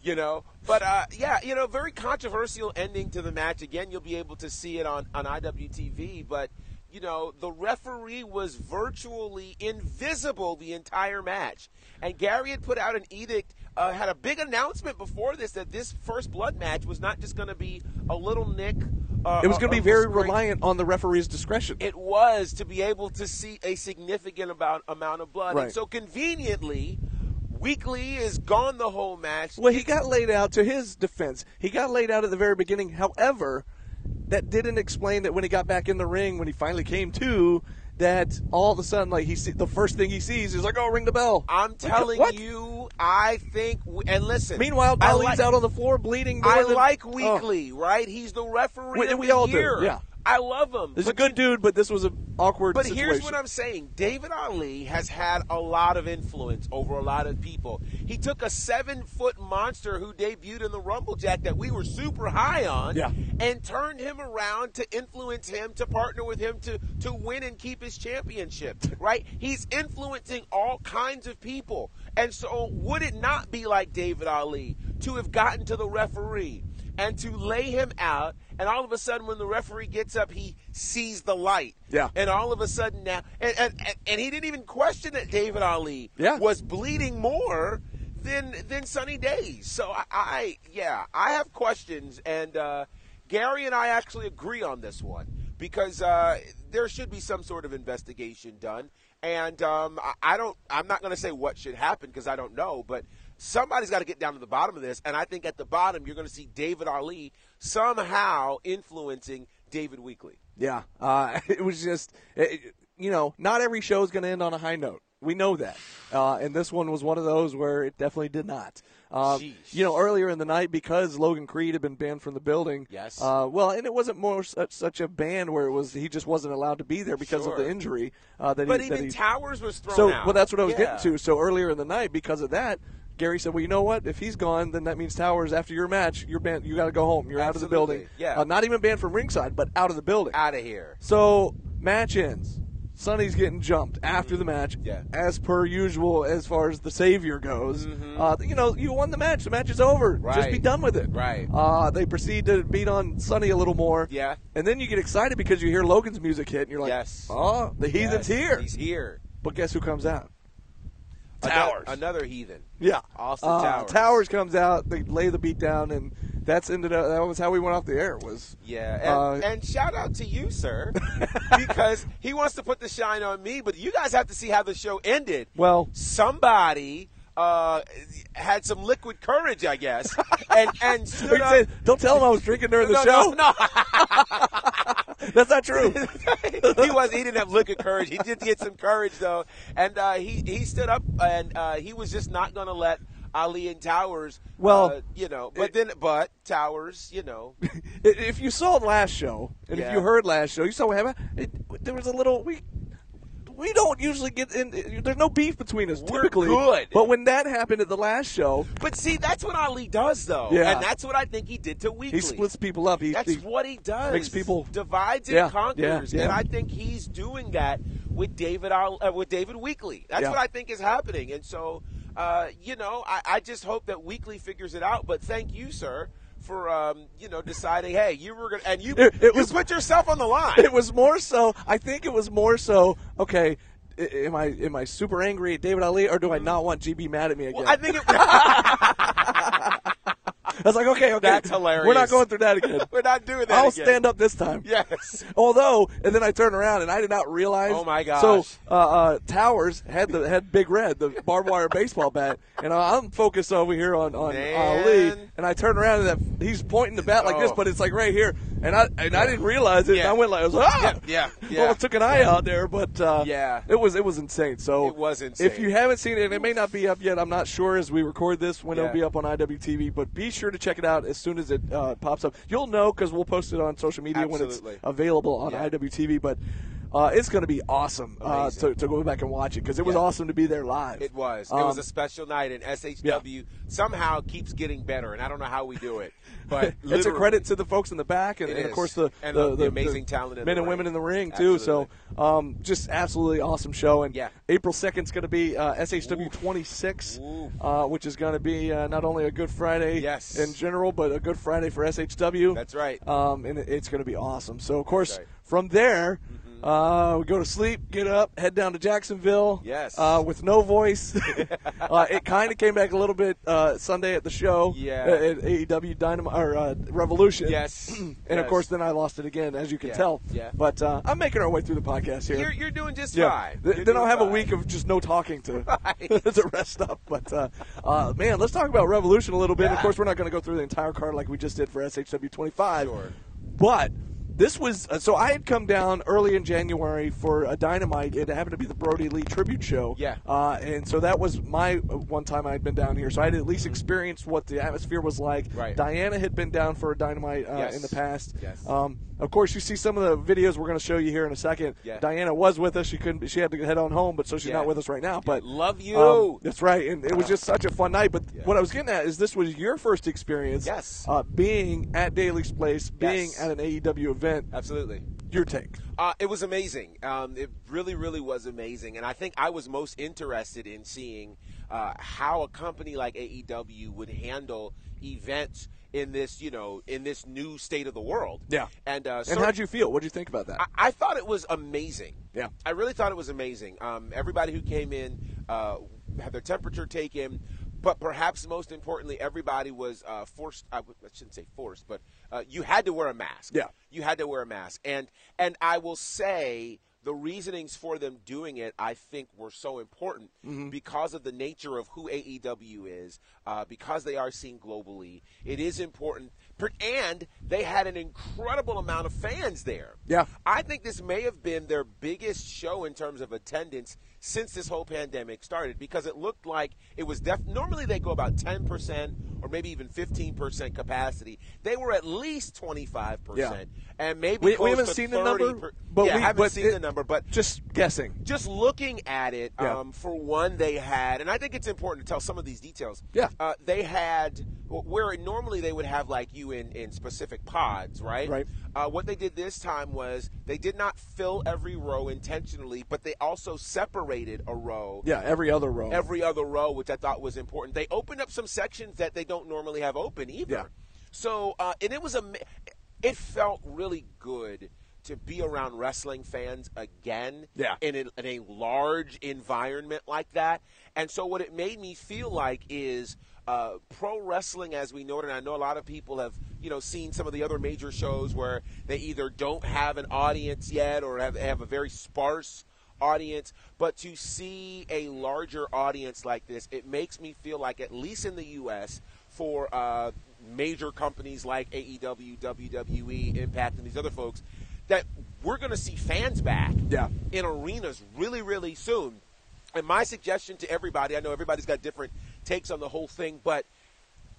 B: you know. But uh, yeah, you know, very controversial ending to the match. Again, you'll be able to see it on on IWTV. But you know, the referee was virtually invisible the entire match, and Gary had put out an edict. Uh, had a big announcement before this that this first blood match was not just going to be a little nick. Uh,
A: it was going
B: a-
A: to be
B: a
A: very
B: spring-
A: reliant on the referee's discretion.
B: it was to be able to see a significant amount amount of blood.
A: Right.
B: And so conveniently, Weekly is gone the whole match.
A: Well, he got laid out to his defense. He got laid out at the very beginning. However, that didn't explain that when he got back in the ring, when he finally came to, that all of a sudden, like he see, the first thing he sees is like, "Oh, ring the bell."
B: I'm
A: Like,
B: telling
A: what?
B: you, I think. w- And listen,
A: Meanwhile,
B: I
A: Ali's
B: like-
A: out on the floor bleeding. more
B: I
A: than- Oh,
B: like
A: Ugh.
B: Weekly, right? He's the referee.
A: We-
B: of
A: we
B: the
A: all do,
B: year.
A: yeah.
B: I love him.
A: He's a
B: But
A: good dude, but this was an awkward.
B: But
A: situation.
B: here's what I'm saying David Ali has had a lot of influence over a lot of people. He took a seven foot monster who debuted in the Rumblejack that we were super high on
A: Yeah.
B: and turned him around to influence him, to partner with him to, to win and keep his championship, right? He's influencing all kinds of people. And so, would it not be like David Ali to have gotten to the referee and to lay him out? And all of a sudden, when the referee gets up, he sees the light.
A: Yeah.
B: And all of a sudden now, and, and, and- and he didn't even question that David Ali
A: Yeah.
B: was bleeding more than than Sunny Days. So I, I yeah, I have questions, and uh, Gary and I actually agree on this one. because uh, there should be some sort of investigation done. And um, I, I don't, I'm not going to say what should happen because I don't know, but somebody's got to get down to the bottom of this. And I think at the bottom, you're going to see David Ali somehow influencing David Weekly.
A: Yeah, uh, it was just, it, it- you know, not every show is going to end on a high note. We know that, uh, and this one was one of those where it definitely did not. Um,
B: Jeez.
A: you know, earlier in the night, because Logan Creed had been banned from the building.
B: Yes.
A: Uh, well, and it wasn't more such, such a ban where it was he just wasn't allowed to be there because of the
B: Sure.
A: injury uh, that
B: But
A: he.
B: even
A: that he
B: Towers was thrown
A: so
B: out.
A: well, that's what I was
B: Yeah.
A: getting to. So earlier in the night, because of that, Gary said, "Well, you know what? If he's gone, then that means Towers after your match, you're banned. You got to go home. You're out of the
B: Absolutely.
A: building.
B: Yeah.
A: Uh, not even banned from ringside, but out of the building.
B: Out of here.
A: So match ends. Sonny's getting jumped after the match,
B: Yeah.
A: as per usual. As far as the savior goes, uh, you know, you won the match. The match is over. Just
B: Mm-hmm. Right.
A: be done with it.
B: Right.
A: Uh, they proceed to beat on Sonny a little more.
B: Yeah.
A: And then you get excited because you hear Logan's music hit, and you're like,
B: Yes.
A: "Oh, the heathen's
B: Yes,
A: here!"
B: He's here.
A: But guess who comes out?
B: Ano-
A: Towers.
B: Another heathen.
A: Yeah,
B: Austin
A: Uh,
B: Towers.
A: comes out. They lay the beat down, and that's ended up. That was how we went off the air. Was
B: Yeah, and,
A: Uh,
B: and shout out to you, sir, because he wants to put the shine on me, but you guys have to see how the show ended.
A: Well-
B: somebody uh, had some liquid courage, I guess, and and stood
A: He
B: up.
A: said, don't tell him I was drinking during the
B: no,
A: show.
B: no,
A: That's not true.
B: no. he was. He didn't have liquid courage. He did get some courage though, and uh, he he stood up and uh, he was just not going to let Ali and Towers.
A: Well,
B: uh, you know, but then but Towers, you know,
A: I- if you saw last show, and
B: Yeah.
A: if you heard last show, you saw what happened. It, there was a little we. We don't usually get in. There's no beef between us
B: We're
A: typically.
B: good.
A: But when that happened at the last show,
B: But see, that's what Ali does, though,
A: Yeah.
B: and that's what I think he did to Weekly.
A: he splits people up. He,
B: That's
A: he-
B: what he does.
A: makes people-
B: divides and
A: Yeah,
B: conquers,
A: yeah, yeah.
B: and I think he's doing that with David Al- uh, with David Weekly. That's
A: Yeah.
B: what I think is happening, and so uh, you know, I, I just hope that Weekly figures it out. But thank you, sir. For um, you know, deciding, hey, you were gonna, and you,
A: It- it
B: you
A: was-
B: put yourself on the line.
A: it was more so. I think it was more so. Okay, i- am I am I super angry at David Ali, or do I not want GB mad at me again?
B: Mm-hmm. Well, I think it,
A: I was like, okay, okay,
B: That's hilarious.
A: We're not going through that again.
B: we're not doing that.
A: I'll
B: again.
A: stand up this time.
B: Yes.
A: Although, and then I turned around and I did not realize.
B: Oh, my gosh.
A: So uh, uh, Towers had the had Big Red, the barbed wire baseball bat, and I'm focused over here on on
B: Man.
A: Ali, and I turn around and that, he's pointing the bat like this,
B: Oh.
A: but it's like right here, and I and I didn't realize it. and
B: Yeah.
A: I went like, I was like, ah,
B: Yeah, yeah,
A: Well,
B: yeah.
A: it took an eye out there, but uh,
B: Yeah.
A: it was it was insane. So
B: It was insane.
A: If you haven't seen it, and it may not be up yet. I'm not sure as we record this when
B: Yeah.
A: it'll be up on IWTV, but be sure to check it out as soon as it uh, pops up. You'll know because we'll post it on social media when
B: Absolutely.
A: it's available on
B: Yeah.
A: IWTV. But uh, it's going to be awesome uh,
B: Amazing.
A: to, to go back and watch it because it was
B: Yeah.
A: awesome to be there live.
B: It was. it
A: Um,
B: was a special night, and SHW somehow keeps getting better, and I don't know how we do it. But
A: it's a
B: literally-
A: credit to the folks in the back, and,
B: It
A: and
B: is.
A: of course the
B: And the amazing talent in
A: men and
B: the ring.
A: women in the ring too. So, um, just absolutely awesome show. And
B: Yeah.
A: April second's going to be uh, SHW 26,
B: Oof.
A: uh, which is going to be uh, not only a Good Friday
B: Yes.
A: in general, but a Good Friday for SHW.
B: That's right.
A: Um, and it- it's going to be awesome. So, of course,
B: right. Mm-hmm.
A: from there. Uh, we go to sleep, get up, head down to Jacksonville.
B: Yes.
A: Uh, with no voice. uh, it kind of came back a little bit uh, Sunday at the show.
B: Yeah.
A: uh, at AEW Dynamo or uh, Revolution.
B: Yes.
A: and
B: Yes.
A: of course, then I lost it again, as you can
B: Yeah.
A: tell.
B: Yeah.
A: But uh, I'm making our way through the podcast here.
B: You're, you're doing just
A: yeah.
B: fine.
A: Th-
B: You're
A: Then
B: doing
A: I'll have a
B: fine.
A: week of just no talking to
B: Right.
A: to rest up. But uh, uh, man, let's talk about Revolution a little bit.
B: Yeah.
A: Of course, we're not going to go through the entire card like we just did for SHW 25.
B: Sure.
A: But this was uh, so I had come down early in January for a Dynamite. It happened to be the Brody Lee tribute show.
B: Yeah.
A: Uh, and so that was my uh, one time I had been down here. So I had at least experienced what the atmosphere was like.
B: Right.
A: Diana had been down for a Dynamite uh,
B: Yes.
A: in the past.
B: Yes.
A: Um, of course, you see some of the videos we're going to show you here in a second.
B: Yeah.
A: Diana was with us. She couldn't. She had to head on home, but so she's
B: Yeah.
A: not with us right now. But
B: Love you.
A: um, that's right, and it was just such a fun night. But
B: Yeah.
A: what I was getting at is this was your first experience.
B: Yes.
A: Uh, being at Daly's Place, being
B: Yes.
A: at an AEW event. uh,
B: Absolutely.
A: Your take.
B: Uh, it was amazing. Um, it really, really was amazing. And I think I was most interested in seeing uh, how a company like AEW would handle events in this, you know, in this new state of the world.
A: Yeah.
B: And, uh,
A: And
B: cer-
A: how'd you feel? What'd you think about that?
B: I, I thought it was amazing.
A: Yeah.
B: I really thought it was amazing. Um, everybody who came in uh, had their temperature taken. But perhaps most importantly, everybody was uh, forced. I, w- I shouldn't say forced, but uh, you had to wear a mask.
A: Yeah.
B: you had to wear a mask, and and I will say the reasonings for them doing it, I think, were so important
A: Mm-hmm.
B: because of the nature of who AEW is, uh, because they are seen globally. It is important, per- and they had an incredible amount of fans there.
A: Yeah.
B: I think this may have been their biggest show in terms of attendance since this whole pandemic started because it looked like it was def- normally they go about 10% or maybe even 15% capacity. They were at least 25%
A: Yeah.
B: and maybe
A: We,
B: close
A: we haven't
B: to
A: seen the
B: 30
A: number,
B: per-
A: but
B: yeah,
A: we
B: haven't
A: but
B: seen
A: it-
B: the number, but
A: just guessing.
B: just looking at it,
A: Yeah.
B: um, for one, they had, and I think it's important to tell some of these details.
A: Yeah.
B: Uh, they had, where normally they would have like you in, in specific pods, right?
A: Right.
B: Uh, what they did this time was they did not fill every row intentionally, but they also separated a row
A: Yeah, every other row.
B: every other row, which I thought was important. They opened up some sections that they don't normally have open either.
A: Yeah.
B: So, uh, and it was a, it felt really good to be around wrestling fans again.
A: Yeah.
B: In a, in a large environment like that, and so what it made me feel like is. Uh, pro wrestling as we know it and i know a lot of people have you know seen some of the other major shows where they either don't have an audience yet or have, have a very sparse audience, but to see a larger audience like this, it makes me feel like, at least in the U.S., for uh, major companies like E AEW, WWE, E, Impact, and these other folks, that we're going to see fans back
A: Yeah.
B: in arenas really, really soon. And my suggestion to everybody, I know everybody's got different takes on the whole thing, but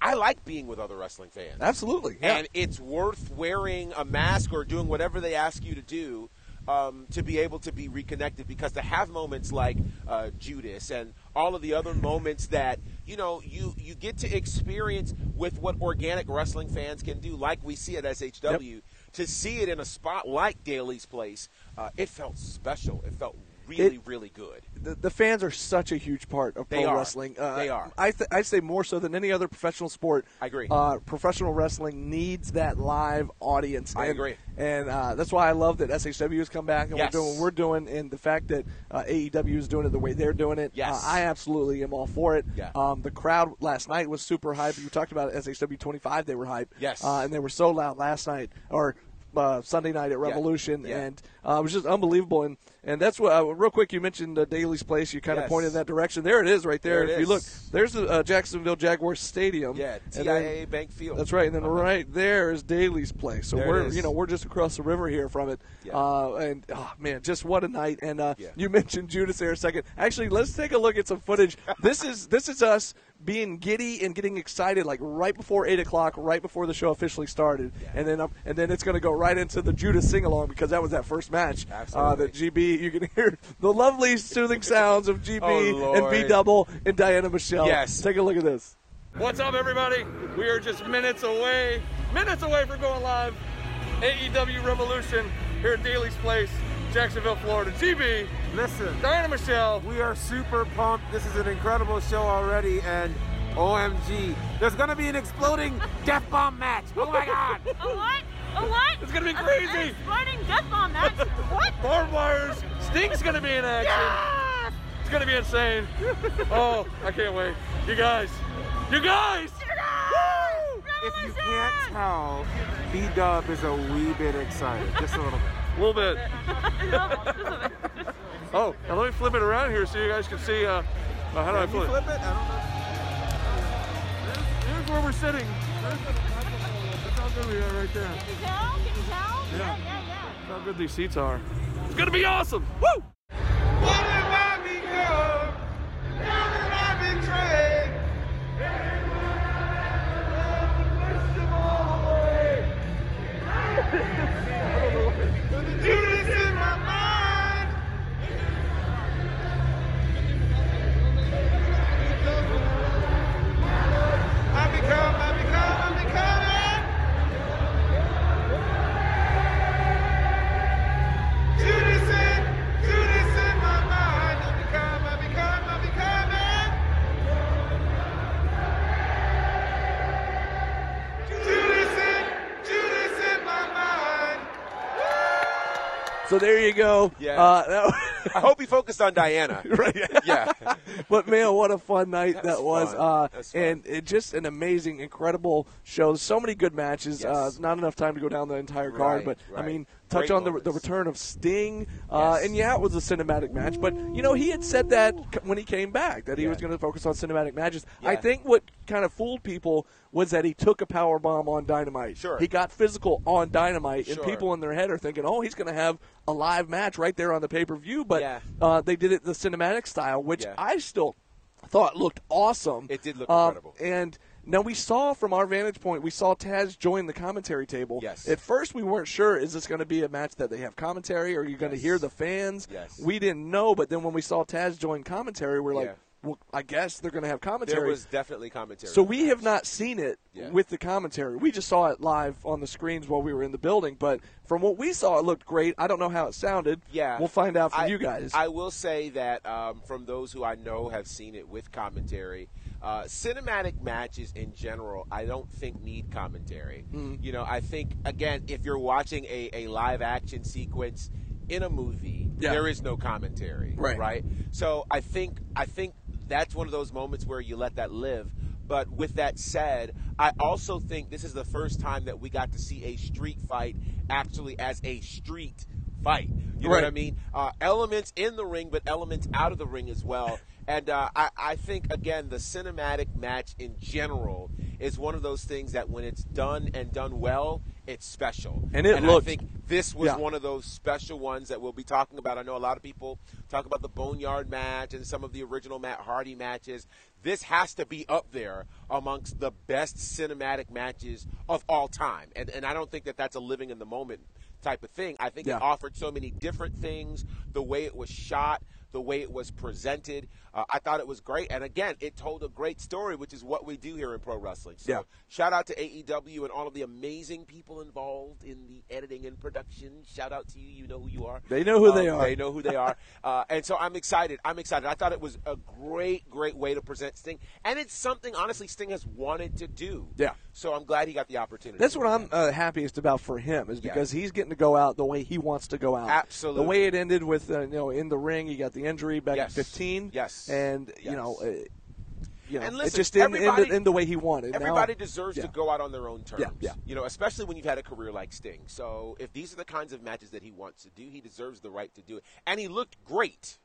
B: I like being with other wrestling fans
A: Absolutely. Yeah.
B: and it's worth wearing a mask or doing whatever they ask you to do um, to be able to be reconnected because to have moments like uh, Judas and all of the other moments that you know you you get to experience with what organic wrestling fans can do like we see at SHW to see it in a spot like Daly's place uh, it felt special it felt really
A: It-
B: really good
A: the, the fans are such a huge part of
B: They
A: pro
B: are.
A: wrestling. Uh,
B: They are.
A: I th- I'd say more so than any other professional sport.
B: I agree.
A: Uh, professional wrestling needs that live audience.
B: I
A: and,
B: agree.
A: And uh, that's why I love that SHW has come back and
B: Yes.
A: we're doing what we're doing, and the fact that uh, AEW is doing it the way they're doing it.
B: Yes.
A: Uh, I absolutely am all for it.
B: Yeah.
A: Um, the crowd last night was super hype. You talked about SHW 25, they were hype.
B: Yes.
A: Uh, and they were so loud last night, or uh, Sunday night at Revolution,
B: Yeah.
A: and uh, it was just unbelievable. And and that's what uh, real quick you mentioned uh, Daly's place. You kind of
B: Yes.
A: pointed in that direction. There it is, right there.
B: There
A: if
B: it
A: you look,
B: is.
A: there's the uh, Jacksonville Jaguars Stadium.
B: yeah
A: And
B: TIA
A: then-
B: Bank Field
A: That's right, and then right there is Daly's place. So
B: There it
A: we're
B: is.
A: you know we're just across the river here from it,
B: Yeah.
A: uh, and oh man, just what a night! And uh,
B: Yeah.
A: you mentioned Judas there a second. Actually, let's take a look at some footage. this is this is us being giddy and getting excited, like right before eight o'clock, right before the show officially started, and then up, and then it's going to go right into the Judas sing along because that was that first match. Uh,
B: Absolutely.
A: that GB, you can hear the lovely soothing sounds of GB
B: Oh,
A: and B
B: Lord.
A: Double and Diana Michelle.
B: Yes.
A: take a look at this.
E: What's up, everybody? We are just minutes away, minutes away from going live. AEW Revolution here at Daly's Place, Jacksonville, Florida. GB,
F: Listen,
E: Diana Michelle.
F: we are super pumped. This is an incredible show already, and OMG, there's gonna be an exploding death bomb match. Oh my God!
G: A what? A what?
E: It's gonna be
G: A-
E: crazy.
G: An exploding death bomb match. what?
E: Barbed wires. Stink's gonna be in action.
G: Ah!
E: It's gonna be insane. oh, I can't wait. You guys, you guys. Woo!
F: If you can't tell, B Dub is a wee bit excited, just a little bit.
E: A little bit. oh, now let me flip it around here so you guys can see. Uh, uh, how do I flip? it?
F: it? I
E: Here's where we're sitting. That's how good we are right there.
G: Can you tell? Can you tell?
E: Yeah.
G: Yeah, yeah, yeah.
E: how good these seats are. It's gonna be awesome. Woo!
A: So there you go.
B: Yeah.
A: Uh, that
B: I hope he focused on Diana.
A: Right.
B: Yeah.
A: but man, what a fun night that
B: That's
A: was,
B: fun.
A: uh,
B: That's fun.
A: and it just an amazing, incredible show. So many good matches. Uh,
B: Yes.
A: not enough time to go down the entire card,
B: Right,
A: but
B: right.
A: I mean, touch
B: Great
A: on the,
B: moments.
A: the return of Sting, uh,
B: Yes.
A: and yeah, it was a cinematic match. But you know, he had said that c- when he came back that he was going to focus on cinematic matches. I
B: Yeah.
A: think what kind of fooled people was that he took a power bomb on Dynamite.
B: Sure.
A: he got physical on Dynamite, and
B: Sure.
A: people in their head are thinking, "Oh, he's going to have." A live match right there on the pay per view, but
B: Yeah.
A: uh, they did it the cinematic style, which
B: Yeah.
A: I still thought looked awesome.
B: It did look
A: Um,
B: incredible.
A: And now we saw from our vantage point, we saw Taz join the commentary table.
B: Yes.
A: At first, we weren't sure is this going to be a match that they have commentary? Or are you going to
B: Yes.
A: hear the fans?
B: Yes.
A: We didn't know, but then when we saw Taz join commentary, we're like,
B: Yeah.
A: well, I guess they're going to have commentary.
B: There was definitely commentary.
A: So we have not seen it
B: Yeah.
A: with the commentary. We just saw it live on the screens while we were in the building. But from what we saw, it looked great. I don't know how it sounded.
B: Yeah,
A: We'll find out from
B: I-
A: you guys.
B: I will say that um, from those who I know have seen it with commentary, uh, cinematic matches in general, I don't think need commentary.
A: Hmm.
B: You know, I think again, if you're watching a, a live action sequence in a movie,
A: Yeah.
B: there is no commentary,
A: Right.
B: Right. So I think I think that's one of those moments where you let that live. But with that said, I also think this is the first time that we got to see a street fight actually as a street fight. You know what I
A: Right.
B: mean? Uh, elements in the ring, but elements out of the ring as well. And uh, I, I think again, the cinematic match in general is one of those things that when it's done and done well, it's special.
A: And it
B: I
A: looked-
B: think this was
A: Yeah.
B: one of those special ones that we'll be talking about. I know a lot of people talk about the Boneyard match and some of the original Matt Hardy matches. This has to be up there amongst the best cinematic matches of all time. And, and I don't think that that's a living in the moment type of thing. I think
A: Yeah.
B: it offered so many different things, the way it was shot, the way it was presented. Uh, I thought it was great. And again, it told a great story, which is what we do here in pro wrestling. So
A: Yeah.
B: Shout out to AEW and all of the amazing people involved in the editing and production. Shout out to you. You know who you are. Um,
A: They know who they are.
B: They know who they are. uh, and so I'm excited. I'm excited. I thought it was a great, great way to present Sting. And it's something, honestly, Sting has wanted to do.
A: Yeah.
B: So I'm glad he got the opportunity.
A: That's what I'm uh, happiest about for him is because he's getting to go out the way he wants to go out.
B: Absolutely.
A: The way it ended with uh, you know in the ring, he got the injury back
B: Yes.
A: at 15.
B: Yes.
A: And you
B: Yes.
A: know, uh, you know,
B: And
A: it
B: listen,
A: just didn't end,
B: everybody-
A: in the way he wanted. Now-
B: Everybody deserves
A: yeah.
B: to go out on their own terms.
A: Yeah, yeah.
B: You know, especially when you've had a career like Sting. So if these are the kinds of matches that he wants to do, he deserves the right to do it. And he looked great.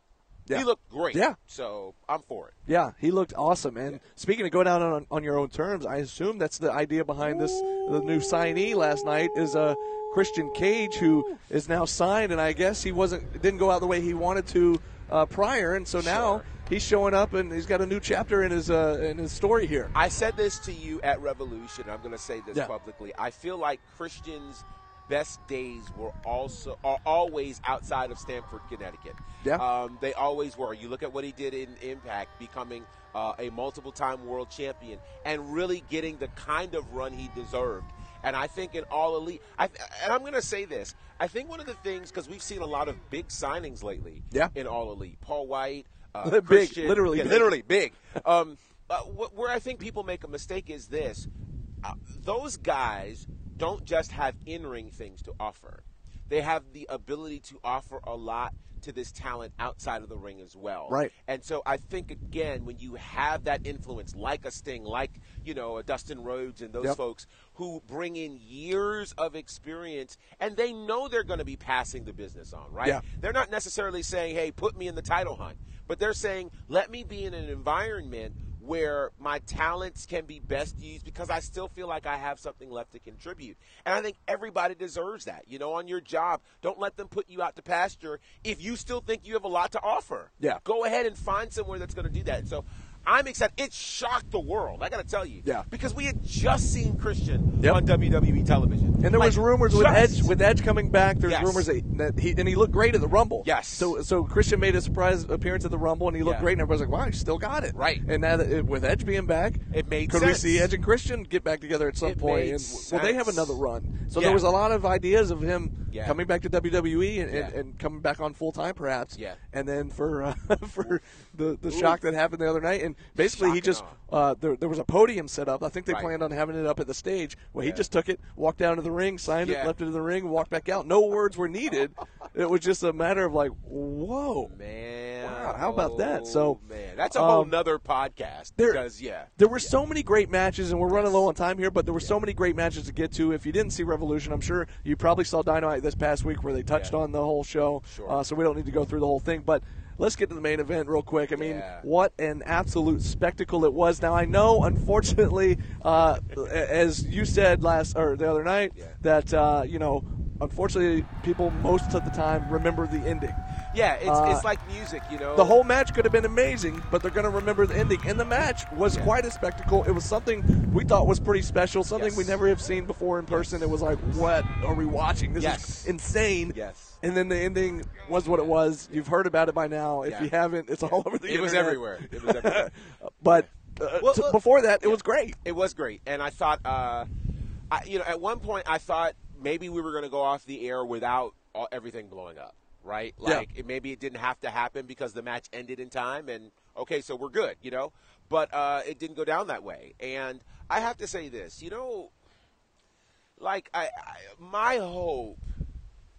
A: Yeah.
B: He looked great.
A: Yeah.
B: So I'm for it.
A: Yeah, he looked awesome. And speaking of going out on, on your own terms, I assume that's the idea behind this. The new signee last night is uh, Christian Cage, who is now signed, and I guess he wasn't didn't go out the way he wanted to uh, prior, and so now
B: Sure.
A: he's showing up, and he's got a new chapter in his uh, in his story here.
B: I said this to you at Revolution. I'm going to say this
A: Yeah.
B: publicly. I feel like Christian's best days were also are always outside of Stamford, Connecticut.
A: Yeah.
B: Um, they always were. You look at what he did in Impact, becoming uh, a multiple-time world champion, and really getting the kind of run he deserved. And I think in all elite, I, and I'm going to say this. I think one of the things because we've seen a lot of big signings lately.
A: Yeah.
B: In all elite, Paul White. Uh,
A: Big,
B: Christian-
A: literally
B: yeah,
A: big.
B: literally big. Um, uh, wh- where I think people make a mistake is this: uh, those guys don't just have in-ring things to offer; they have the ability to offer a lot to this talent outside of the ring as well.
A: Right.
B: And so I think again, when you have that influence, like a Sting, like you know a Dustin Rhodes and those
A: Yep.
B: folks who bring in years of experience, and they know they're going to be passing the business on, right?
A: Yeah.
B: They're not necessarily saying, "Hey, put me in the title hunt," but they're saying, "Let me be in an environment where my talents can be best used because I still feel like I have something left to contribute." And I think everybody deserves that. You know, on your job, don't let them put you out to pasture if you still think you have a lot to offer.
A: Yeah.
B: Go ahead and find somewhere that's going to do that. So I'm excited. It shocked the world. I got to tell you.
A: Yeah.
B: Because we had just seen Christian
A: Yep.
B: on WWE television.
A: And there was
B: Like,
A: rumors with
B: just-
A: Edge with Edge coming back. There's
B: Yes.
A: rumors that that he and he looked great at the Rumble.
B: Yes.
A: So so Christian made a surprise appearance at the Rumble and he looked
B: Yeah.
A: great and everybody's like, wow, he still got it.
B: Right.
A: And now that it, with Edge being back,
B: It made
A: could
B: sense.
A: we see Edge and Christian get back together at some
B: It
A: point?
B: made
A: and well, they have
B: sense.
A: another run. So
B: Yeah.
A: there was a lot of ideas of him
B: Yeah.
A: coming back to WWE and, and,
B: Yeah.
A: and coming back on full time perhaps.
B: Yeah.
A: And then for uh, for the the shock that happened the other night, and basically he
B: Shock and
A: just uh, there, there was a podium set up. I think they
B: Right.
A: planned on having it up at the stage. Well, he
B: Yeah.
A: just took it, walked down to the ring, signed it,
B: Yeah.
A: left it in the ring, walked back out. No words were needed. It was just a matter of like, whoa,
B: Man,
A: Wow, how about that? So,
B: Oh, man, that's a whole
A: um,
B: nother podcast.
A: there-
B: because yeah,
A: There were so many great matches, and we're running low on time here, but there were so many great matches to get to. If you didn't see Revolution, I'm sure you probably saw Dynamite this past week where they touched
B: Yeah.
A: on the whole show.
B: Sure.
A: Uh, so we don't need to go through the whole thing, but let's get to the main event real quick. I mean,
B: Yeah.
A: what an absolute spectacle it was. Now, I know, unfortunately, uh, a- as you said last or the other night,
B: Yeah.
A: that, uh, you know, unfortunately, people most of the time remember the ending.
B: yeah, it's,
A: Uh,
B: it's like music, you know.
A: The whole match could have been amazing, but they're going to remember the ending. And the match was
B: Yeah.
A: quite a spectacle. It was something we thought was pretty special, something we
B: Yes.
A: never have seen before in person. It was like, what are we watching? This
B: Yes.
A: is insane.
B: Yes.
A: And then the ending was what it was. You've heard about it by now. If
B: Yeah.
A: you haven't, it's all over the
B: it was
A: internet.
B: everywhere. It was everywhere.
A: But uh,
B: Well,
A: t-
B: well,
A: before that, it was great.
B: it was great, and I thought, uh, I, you know, at one point I thought maybe we were going to go off the air without all, everything blowing up, right?
A: Yeah.
B: Like it, maybe it didn't have to happen because the match ended in time, and okay, so we're good, you know. But uh, it didn't go down that way, and I have to say this, you know, like I, I my hope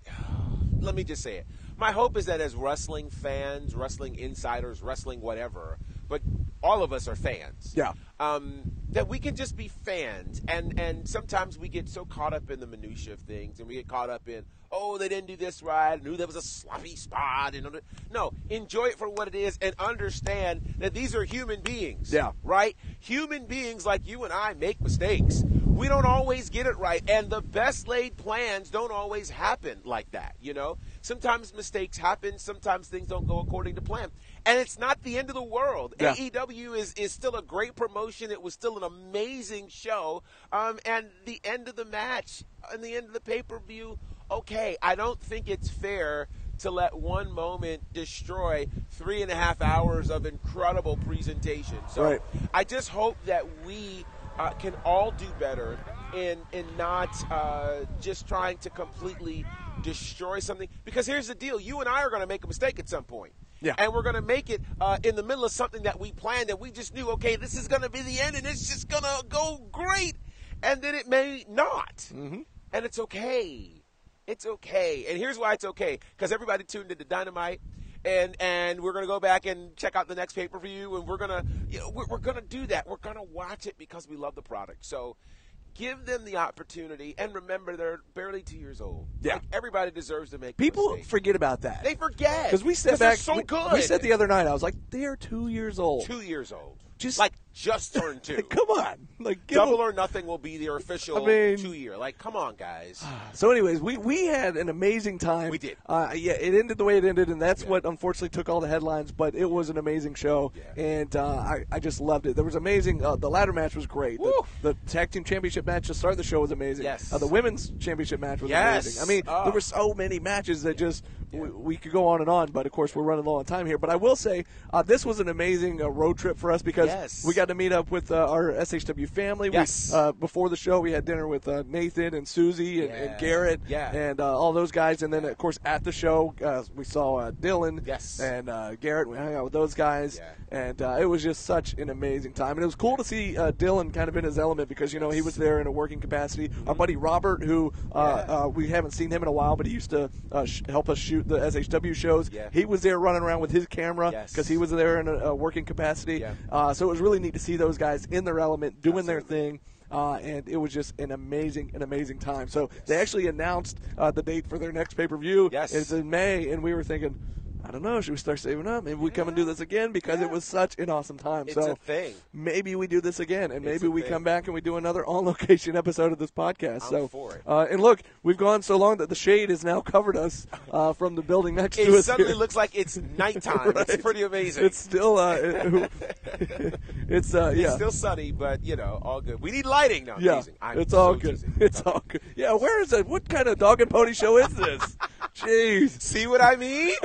B: let me just say it. My hope is that as wrestling fans, wrestling insiders, wrestling whatever, but all of us are fans.
A: Yeah.
B: Um, that we can just be fans, and and sometimes we get so caught up in the minutia of things, and we get caught up in oh they didn't do this right, I knew there was a sloppy spot, and no, enjoy it for what it is, and understand that these are human beings.
A: Yeah.
B: Right? Human beings like you and I make mistakes. We don't always get it right, and the best laid plans don't always happen like that, you know? Sometimes mistakes happen, sometimes things don't go according to plan. And it's not the end of the world.
A: Yeah.
B: AEW is, is still a great promotion. It was still an amazing show. Um, and the end of the match and the end of the pay per view, okay, I don't think it's fair to let one moment destroy three and a half hours of incredible presentation. So
A: Right.
B: I just hope that we uh, can all do better in in not uh, just trying to completely destroy something. Because here's the deal: you and I are going to make a mistake at some point.
A: Yeah.
B: And we're going to make it uh, in the middle of something that we planned that we just knew, okay, this is going to be the end and it's just going to go great. And then it may not. Mm-hmm. And it's okay. It's okay. And here's why it's okay because everybody tuned into Dynamite. And, and we're going to go back and check out the next pay per view, and we're going to you know, we're, we're going to do that. We're going to watch it because we love the product. So, give them the opportunity, and remember they're barely two years old.
A: Yeah.
B: like, everybody deserves to make a
A: People
B: mistake.
A: forget about that.
B: They forget
A: Because we said
B: they're
A: back,
B: so
A: we,
B: good.
A: we said the other night, I was like, they're two years old.
B: two years old,
A: Just-
B: like just turned two.
A: Come on, like give
B: Double
A: them-
B: or nothing will be their official
A: I mean-
B: two year. Like, come on, guys.
A: So, anyways, we, we had an amazing time.
B: We did.
A: Uh, yeah, it ended the way it ended, and that's
B: Yeah.
A: what unfortunately took all the headlines. But it was an amazing show,
B: Yeah.
A: and uh, I I just loved it. There was amazing. Uh, the ladder match was great. The,
B: Woo.
A: the tag team championship match to start the show was amazing.
B: Yes.
A: Uh, the women's championship match was
B: Yes.
A: amazing. I mean,
B: Oh.
A: there were so many matches that just we, we could go on and on. But of course, we're running low on time here. But I will say uh, this was an amazing uh, road trip for us because
B: Yes.
A: we got to meet up with uh, our SHW family. We,
B: Yes.
A: uh, before the show, we had dinner with uh, Nathan and Susie and, and
B: Yeah.
A: Garrett
B: Yeah.
A: and uh, all those guys. And then, of course, at the show, uh, we saw uh, Dylan
B: Yes.
A: and uh, Garrett. We hung out with those guys.
B: Yeah.
A: And uh, it was just such an amazing time. And it was cool to see uh, Dylan kind of in his element because, you know, he was there in a working capacity. Our buddy Robert, who uh,
B: Mm-hmm. Yeah.
A: uh, we haven't seen him in a while, but he used to uh, sh- help us shoot the SHW shows.
B: Yeah.
A: He was there running around with his camera because
B: Yes.
A: he was there in a, a working capacity.
B: Yeah.
A: Uh, so it was really neat to see those guys in their element, doing their
B: Absolutely.
A: thing uh, and it was just an amazing, an amazing time. So they actually announced uh, the date for their next pay per view.
B: Yes.
A: it's in May, and we were thinking, I don't know, should we start saving up? Maybe we come and do this again because it was such an awesome time.
B: It's
A: so
B: a thing.
A: Maybe we do this again, and
B: It's
A: maybe
B: a
A: we
B: thing.
A: come back and we do another on location episode of this podcast.
B: I'm
A: so
B: for it.
A: Uh, and look, we've gone so long that the shade has now covered us uh, from the building next to
B: It
A: us.
B: suddenly
A: here.
B: looks like it's nighttime. It's
A: Right.
B: pretty amazing.
A: It's still, uh, it- it's uh, yeah,
B: It's still sunny, but you know, all good. We need lighting now. I'm
A: Yeah,
B: teasing. I'm
A: it's all
B: so
A: good.
B: teasing.
A: It's all good. Yeah, where is it? What kind of dog and pony show is this? Jeez.
B: See what I mean?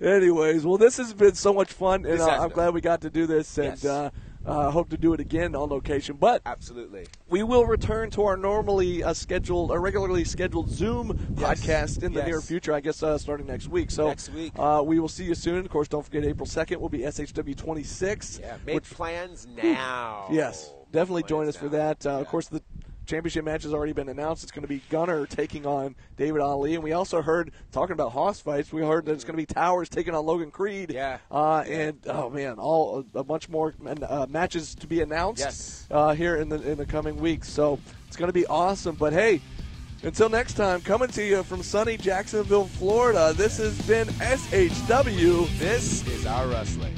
A: Anyways, well, this has been so much fun, and
B: This
A: uh,
B: has
A: I'm
B: been.
A: glad we got to do this. And
B: Yes.
A: uh, Uh, hope to do it again on location, but
B: Absolutely.
A: we will return to our normally uh, scheduled, or regularly scheduled Zoom
B: Yes.
A: podcast in the
B: Yes.
A: near future. I guess uh, starting next week. So
B: Next week.
A: uh, we will see you soon. Of course, don't forget April second will be SHW twenty six.
B: Yeah, make plans now.
A: Yes, definitely
B: Plans
A: join us for
B: now.
A: that. Uh, Of
B: Yeah.
A: course, the championship match has already been announced. It's going to be Gunner taking on David Ali, and we also heard talking about Hoss fights. We heard that it's going to be Towers taking on Logan Creed.
B: Yeah.
A: uh, and oh man, all a bunch more uh, matches to be announced.
B: Yes.
A: uh, here in the in the coming weeks. So it's going to be awesome. But hey. Until next time, coming to you from sunny Jacksonville, Florida, this has been SHW.
B: This is our wrestling.